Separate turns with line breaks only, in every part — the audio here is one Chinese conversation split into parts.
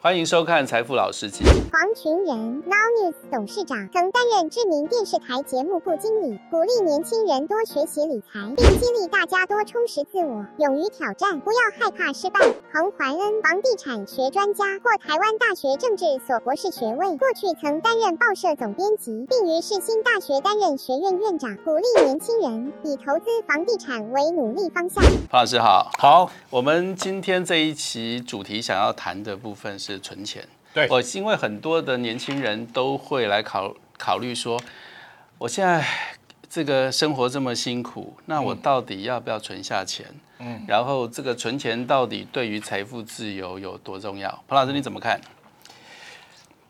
欢迎收看《财富老司机》。
黄群仁 Now News 董事长，曾担任知名电视台节目部经理，鼓励年轻人多学习理财，并激励大家多充实自我，勇于挑战，不要害怕失败。彭怀恩，房地产学专家，获台湾大学政治所博士学位，过去曾担任报社总编辑，并于世新大学担任学院院长，鼓励年轻人以投资房地产为努力方向。
彭老师好，
好，
我们今天这一期主题想要谈的部分是存钱。
对
我因为很多的年轻人都会来考考虑说，我现在这个生活这么辛苦，那我到底要不要存下钱？嗯，然后这个存钱到底对于财富自由有多重要？彭老师你怎么看？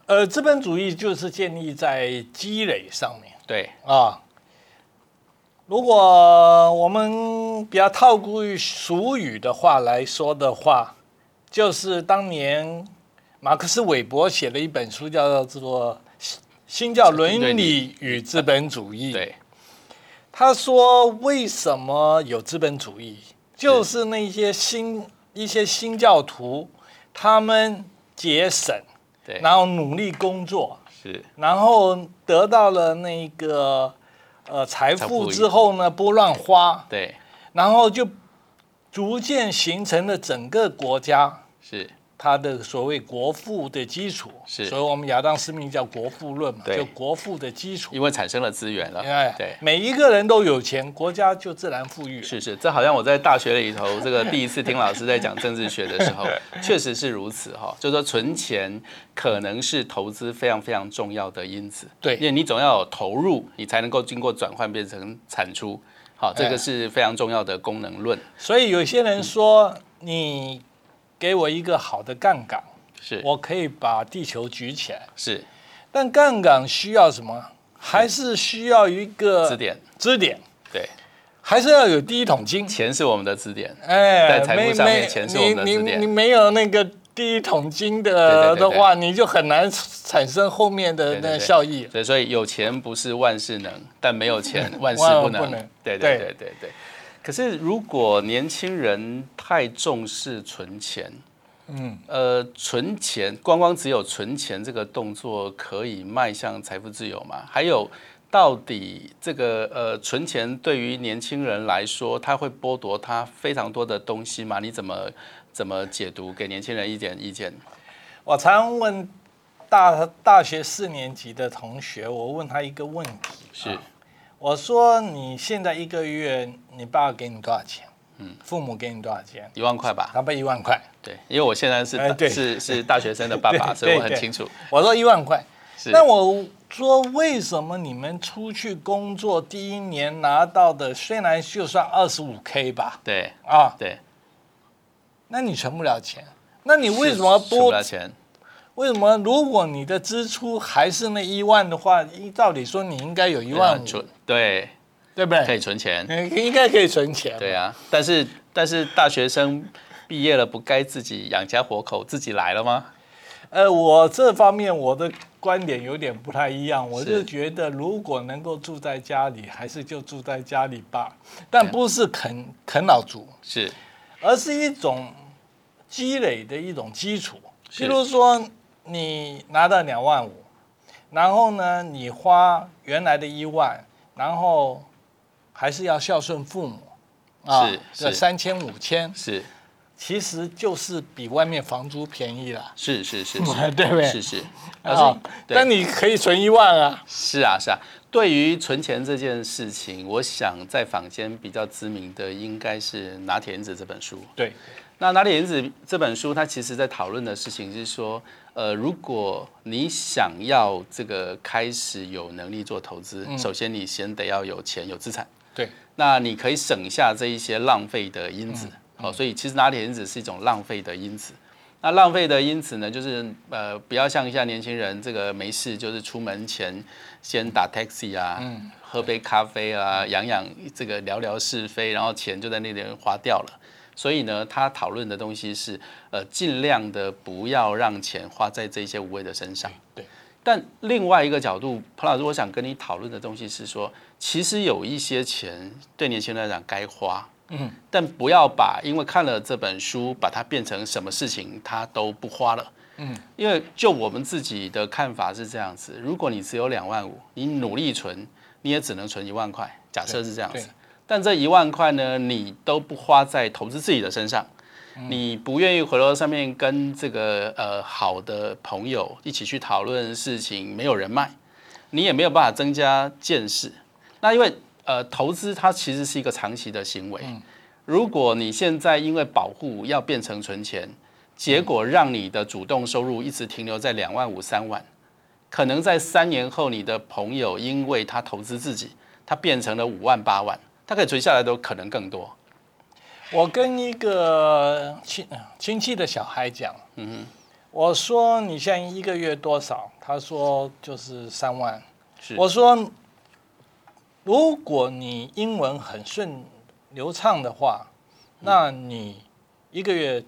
呃，资本主义就是建立在积累上面
对，
啊。如果我们比较套故于俗语的话来说的话，就是当年马克思韦伯写了一本书，叫做《新教伦理与资本主义》。
对，
他说为什么有资本主义，就是那些新一些新教徒，他们节省，
对
然后努力工作，
是，
然后得到了那个呃财
财富
富之后呢，不乱花，
对，
然后就逐渐形成了整个国家
是，
它的所谓国富的基础。
是
所以我们亚当斯密叫国富论嘛，
对
就国富的基础。
因为产生了资源了。
哎，
对，
每一个人都有钱，国家就自然富裕了。
是是，这好像我在大学里头，这个第一次听老师在讲政治学的时 候，确实是如此哈、就是说存钱可能是投资非常非常重要的因子，
对
因为你总要有投入，你才能够经过转换变成产出。好，这个
哎
是非常重要的功能论，
所以有些人说，你给我一个好的杠杆，
是
我可以把地球举起来。
是
但杠杆需要什么？还是需要一个
支点，
支点，
对，
还是要有第一桶金。
钱是我们的支点，在
哎，
财富
没
上面
没
钱是我们的
你
支点
你你没有那个第一桶金
对对对
的
对
的话，你就很难产生后面的
对
那
对
个
对
效益。
对，所以有钱不是万事能，但没有钱嗯万事不能。
万万不能
对对
对
对对对。可是如果年轻人太重视存钱，嗯，呃，存钱光光只有存钱这个动作可以迈向财富自由吗？还有，到底这个呃存钱对于年轻人来说，他会剥夺他非常多的东西吗？你怎么怎么解读？给年轻人一点意见。
我常问大大学四年级的同学，我问他一个问题，
是
我说你现在一个月，你爸给你多少钱？嗯，父母给你多少钱？
一万块吧？
他爸一万块。
对，因为我现在是
哎
大
对
是是大学生的爸爸，
对
所以我
对
很
对
清楚。
我说一万块。
是
那我说为什么你们出去工作第一年拿到的，虽然就算二十五 K 吧，
对
啊，
对，
那你存不了钱，那你为什么
是存
不
不？了钱？
为什么如果你的支出还是那一万的话，一照理说你应该有一万五，
存对，啊
对不
可以
对？
存钱，
你应该可以存钱。
对啊。但是但是大学生毕业了，不该自己养家活口，自己来了吗？
呃，我这方面我的观点有点不太一样，我
是
就觉得如果能够住在家里，还是就住在家里吧，但不是啃啃老族，
是
而是一种积累的一种基础。
是
譬如说，你拿到两万五，然后呢，你花原来的一万，然后还是要孝顺父母啊
是，
这
是
三千五千，
是
其实就是比外面房租便宜了。
是是是是，
嗯 对不对
是是。
啊，
啊对
但你可以存一万啊，
是啊，是啊。对于存钱这件事情，我想在坊间比较知名的应该是《拿铁因子》这本书。
对，
那《拿铁因子》这本书，它其实在讨论的事情是说，呃，如果你想要这个开始有能力做投资，首先你先得要有钱有资产，
对，
那你可以省下这一些浪费的因子。好、所以其实拿铁因子是一种浪费的因子。那浪费的因子呢，就是呃，不要像一下年轻人这个没事就是出门前先打 taxi 啊，喝杯咖啡啊，养养这个聊聊是非，然后钱就在那边花掉了。所以呢，他讨论的东西是，呃，尽量的不要让钱花在这些无谓的身上。
对。
但另外一个角度，彭老师，我想跟你讨论的东西是说，其实有一些钱对年轻人来讲该花，嗯，但不要把因为看了这本书，把它变成什么事情他都不花了。嗯，因为就我们自己的看法是这样子：如果你只有两万五，你努力存，你也只能存一万块。假设是这样
对
子，但这一万块呢，你都不花在投资自己的身上，你不愿意回头上面跟这个呃好的朋友一起去讨论事情，没有人脉，你也没有办法增加见识。那因为呃投资它其实是一个长期的行为，如果你现在因为保护要变成存钱，结果让你的主动收入一直停留在两万五三万，可能在三年后，你的朋友因为他投资自己，他变成了五万八万，他可以存下来都可能更多。
我跟一个亲呃亲戚的小孩讲，嗯我说你现在一个月多少？他说就是三万。
是
我说，如果你英文很顺流畅的话，那你一个月，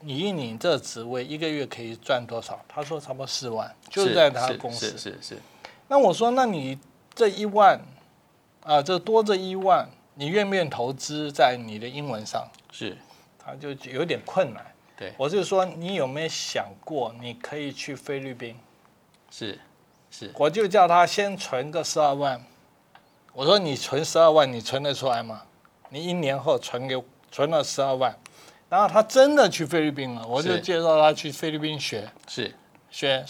你以你这职位一个月可以赚多少？他说差不多四万，就是在他公司。
是是是，
那我说，那你这一万，啊、这多这一万，你愿不愿意投资在你的英文上？
是
他啊就有点困难。
对
我就说你有没有想过，你可以去菲律宾？
是是
我就叫他先存个十二万。我说你存十二万，你存得出来吗？你一年后存给存了十二万，然后他真的去菲律宾了，我就是介绍他去菲律宾学
是
学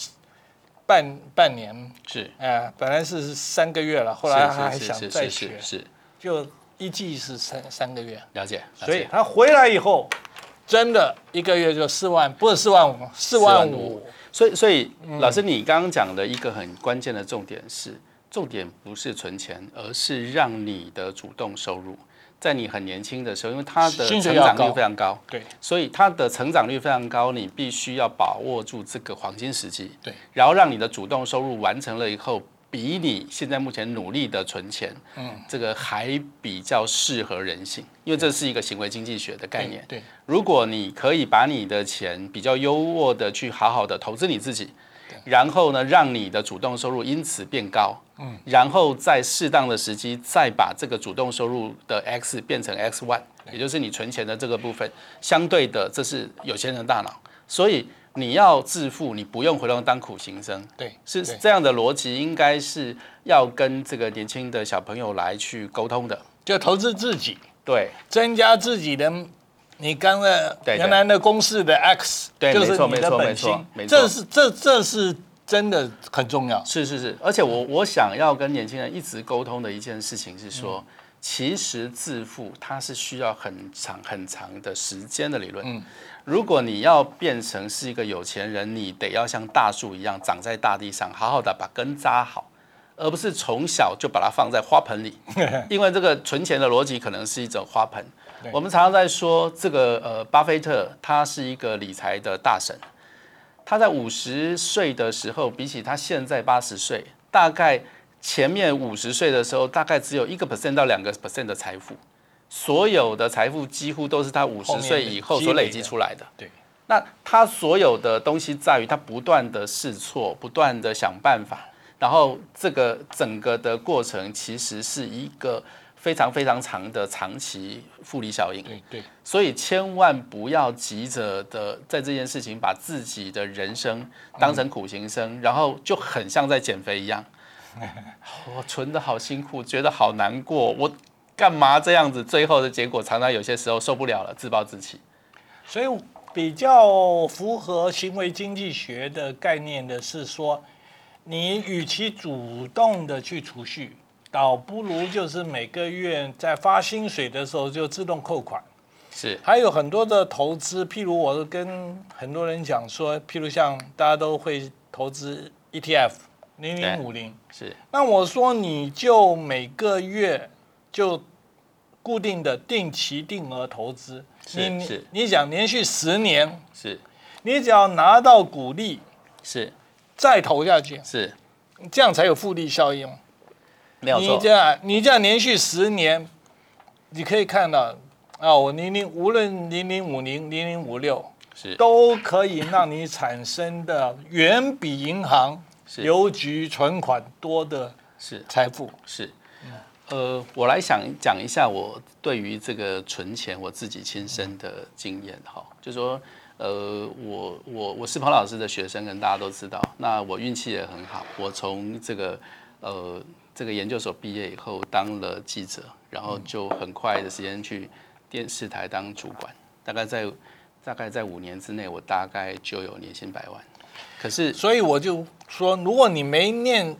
半半年，
是，
哎，本来是三个月了，后来他还
是是
想
是
再
是
学
是，是
就一季是三三个月。
了解，了
所以
解
他回来以后，真的一个月就四万，不是四万五，四万五。
所以，所以
嗯
老师，你刚刚讲的一个很关键的重点是，重点不是存钱，而是让你的主动收入在你很年轻的时候，因为它的
薪
成
水要
长
高
率非常高，
对
所以它的成长率非常高，你必须要把握住这个黄金时机，
对，
然后让你的主动收入完成了以后，比你现在目前努力的存钱，嗯，这个还比较适合人性，因为这是一个行为经济学的概念，
对，
如果你可以把你的钱比较优渥的去好好的投资你自己，然后呢，让你的主动收入因此变高，嗯，然后在适当的时机再把这个主动收入的 x 变成 x one，也就是你存钱的这个部分，相对的，这是有钱人的大脑，所以你要致富，你不用回头当苦行僧，
对，
是
对
这样的逻辑，应该是要跟这个年轻的小朋友来去沟通的，
就投资自己，
对，
增加自己的。你刚才
对对
原来的公式的 x
对
就是
没错
你
没
的
错
本
没错
心
没，错
这是这这是真的很重要。
是是是，而且我我想要跟年轻人一直沟通的一件事情是说，其实致富它是需要很长很长的时间的理论。如果你要变成是一个有钱人，你得要像大树一样长在大地上，好好的把根扎好，而不是从小就把它放在花盆里。因为这个存钱的逻辑可能是一种花盆。我们常常在说这个呃，巴菲特他是一个理财的大神，他在五十岁的时候，比起他现在八十岁，大概前面五十岁的时候，大概只有一个 percent 到两个 percent 的财富，所有的财富几乎都是他五
后
十
面
岁以后所累积出来的。
对，
那他所有的东西在于他不断的试错，不断的想办法，然后这个整个的过程其实是一个非常非常长的长期复利效应。
对对，
所以千万不要急着的在这件事情把自己的人生当成苦行
嗯
僧，然后就很像在减肥一 样。我存的好辛苦，觉得好难过，我干嘛这样子？最后的结果常常有些时候受不了了，自暴自弃。
所以比较符合行为经济学的概念的是说，你与其主动的去储蓄，倒不如就是每个月在发薪水的时候就自动扣款。
是
还有很多的投资，譬如我跟很多人讲说，譬如像大家都会投资 ETF 零零五零，
是
那我说你就每个月就固定的定期定额投资，
是
你
是
你想连续十年，
是
你只要拿到股利
是
再投下去，
是，
这样才有复利效应。
没有
你
错
这。样你这样连续十年，你可以看到啊，我零零无论零零五零零零五六。
是
都可以让你产生的远比银行、
是
邮局存款多的
是
财富。
是。呃，我来想讲一下我对于这个存钱我自己亲身的经验哈，就说呃，我我我是彭老师的学生，跟大家都知道，那我运气也很好，我从这个呃这个研究所毕业以后当了记者，然后就很快的时间去电视台当主管，大概在大概在五年之内，我大概就有年薪百万，可是
所以我就说，如果你没念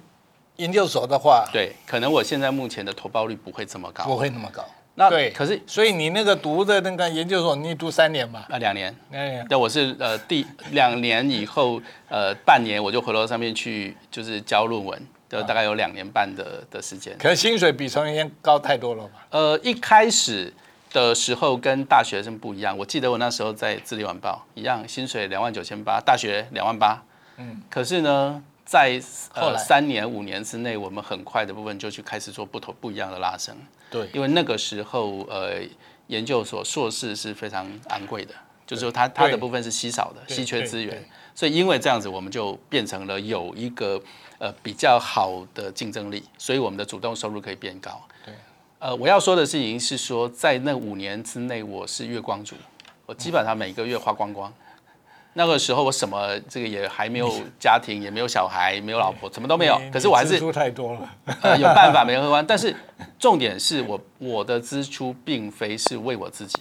研究所的话，
对，可能我现在目前的投报率不会这么
不
高，
会那么高。
那
对，
啊可是
所以你那个读的那个研究所，你读三年吧？
啊两年。
哎，
那我是呃第两年以后，呃半年我就回到上面去，就是交论文，就大概有两年半的的时间。
可是薪水比程序员高太多了吧？
呃，一开始的时候跟大学生不一样，我记得我那时候在《智利晚报》一样，薪水两万九千八，大学两万八。嗯，可是呢，在
后
呃
来
三年五年之内，我们很快的部分就去开始做不同不一样的拉升。
对，
因为那个时候呃，研究所硕士是非常昂贵的，就是说它它的部分是稀少的、
对
稀缺
对
资源
对，
所以因为这样子，我们就变成了有一个呃比较好的竞争力，所以我们的主动收入可以变高。
对，
呃，我要说的事情是说，在那五年之内，我是月光族，我基本上每个月花光光。那个时候我什么这个也还没有
嗯
家庭，也没有小孩，没有老婆，什么都没有
你。
可是我还
你
是
支出太多了。
呃，有办法没喝完，但是重点是我我的支出并非是为我自己，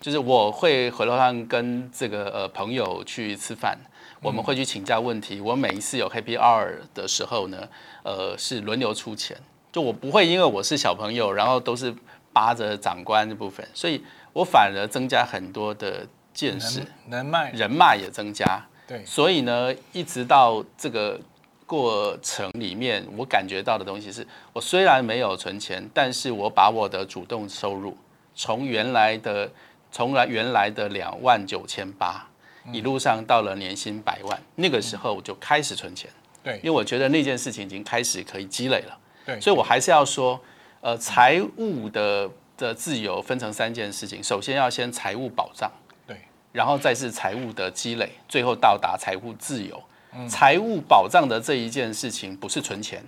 就是我会回头上跟这个呃朋友去吃饭，我们会去请教问题。我每一次有 Happy Hour 的时候呢，呃，是轮流出钱，就我不会因为我是小朋友，然后都是扒着长官这部分，所以我反而增加很多的见识
能，能卖，
人脉也增加。
对，
所以呢，一直到这个过程里面，我感觉到的东西是，我虽然没有存钱，但是我把我的主动收入从原来的从来原来的两万九千八，
嗯
一路上到了年薪百万，那个时候我就开始存钱，
对
因为我觉得那件事情已经开始可以积累了。
对，
所以我还是要说，呃，财务的的自由分成三件事情，首先要先财务保障，
对，
然后再是财务的积累，最后到达财务自由。财务保障的这一件事情不是存钱，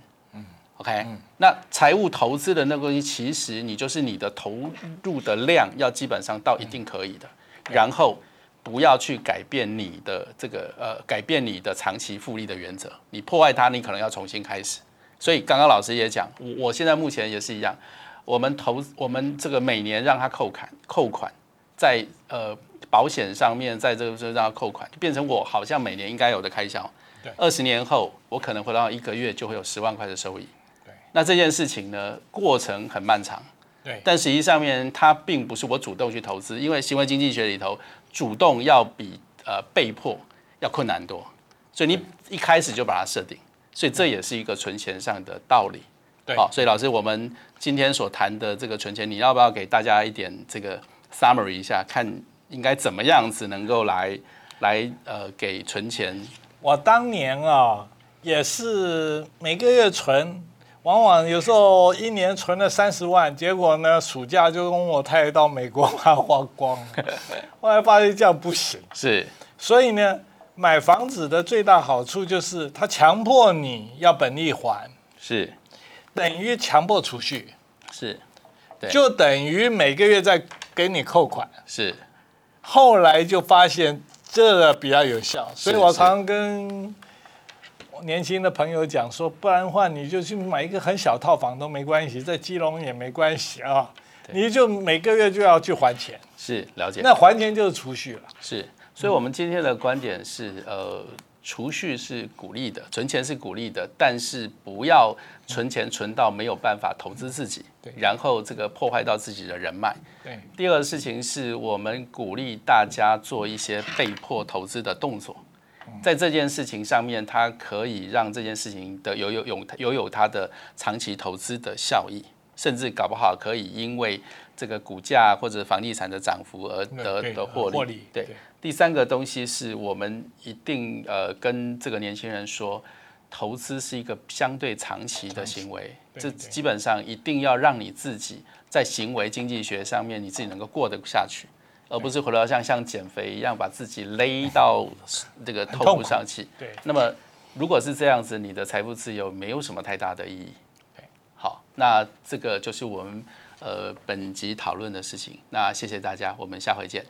o k 那财务投资的那个东西，其实你就是你的投入的量要基本上到一定可以的，然后不要去改变你的这个呃改变你的长期复利的原则，你破坏它，你可能要重新开始。所以刚刚老师也讲，我我现在目前也是一样，我们投我们这个每年让它扣款扣款，在呃保险上面，在这个就是让它扣款，就变成我好像每年应该有的开销
对。
二十年后，我可能回到一个月就会有十万块的收益
对。
那这件事情呢，过程很漫长，
对
但实际上面它并不是我主动去投资，因为行为经济学里头，主动要比呃被迫要困难多，所以你一开始就把它设定，所以这也是一个存钱上的道理。
对
好、所以老师，我们今天所谈的这个存钱，你要不要给大家一点这个 summary 一下，看应该怎么样子能够来来呃给存钱？
我当年啊，也是每个月存，往往有时候一年存了三十万，结果呢，暑假就跟我太太到美国 把它花光了。 后来发现这样不行，
是
所以呢，买房子的最大好处就是它强迫你要本利还，
是
等于强迫储蓄，
是对
就等于每个月在给你扣款。
是，
后来就发现这个比较有效，所以我常常跟年轻的朋友讲说，不然的话你就去买一个很小套房都没关系，在基隆也没关系啊，你就每个月就要去还钱，
是了解。
那还钱就是储蓄了。
是，所以我们今天的观点是，呃，储蓄是鼓励的，存钱是鼓励的，但是不要存钱存到没有办法投资自己，
对
然后这个破坏到自己的人脉。
对
第二个事情是我们鼓励大家做一些被迫投资的动作，在这件事情上面，它可以让这件事情的有有有有有它的长期投资的效益，甚至搞不好可以因为这个股价或者房地产的涨幅而得
对
的获利。
获利
对
对，
第三个东西是我们一定呃跟这个年轻人说，投资是一个相对长期的行为，
对
这
对
基本上一定要让你自己在行为经济学上面你自己能够过得下去，而不是回到像像减肥一样把自己勒到这个
痛
透不
苦
上气。
对
那么如果是这样子，你的财富自由没有什么太大的意义。好，那这个就是我们呃本集讨论的事情。那谢谢大家，我们下回见。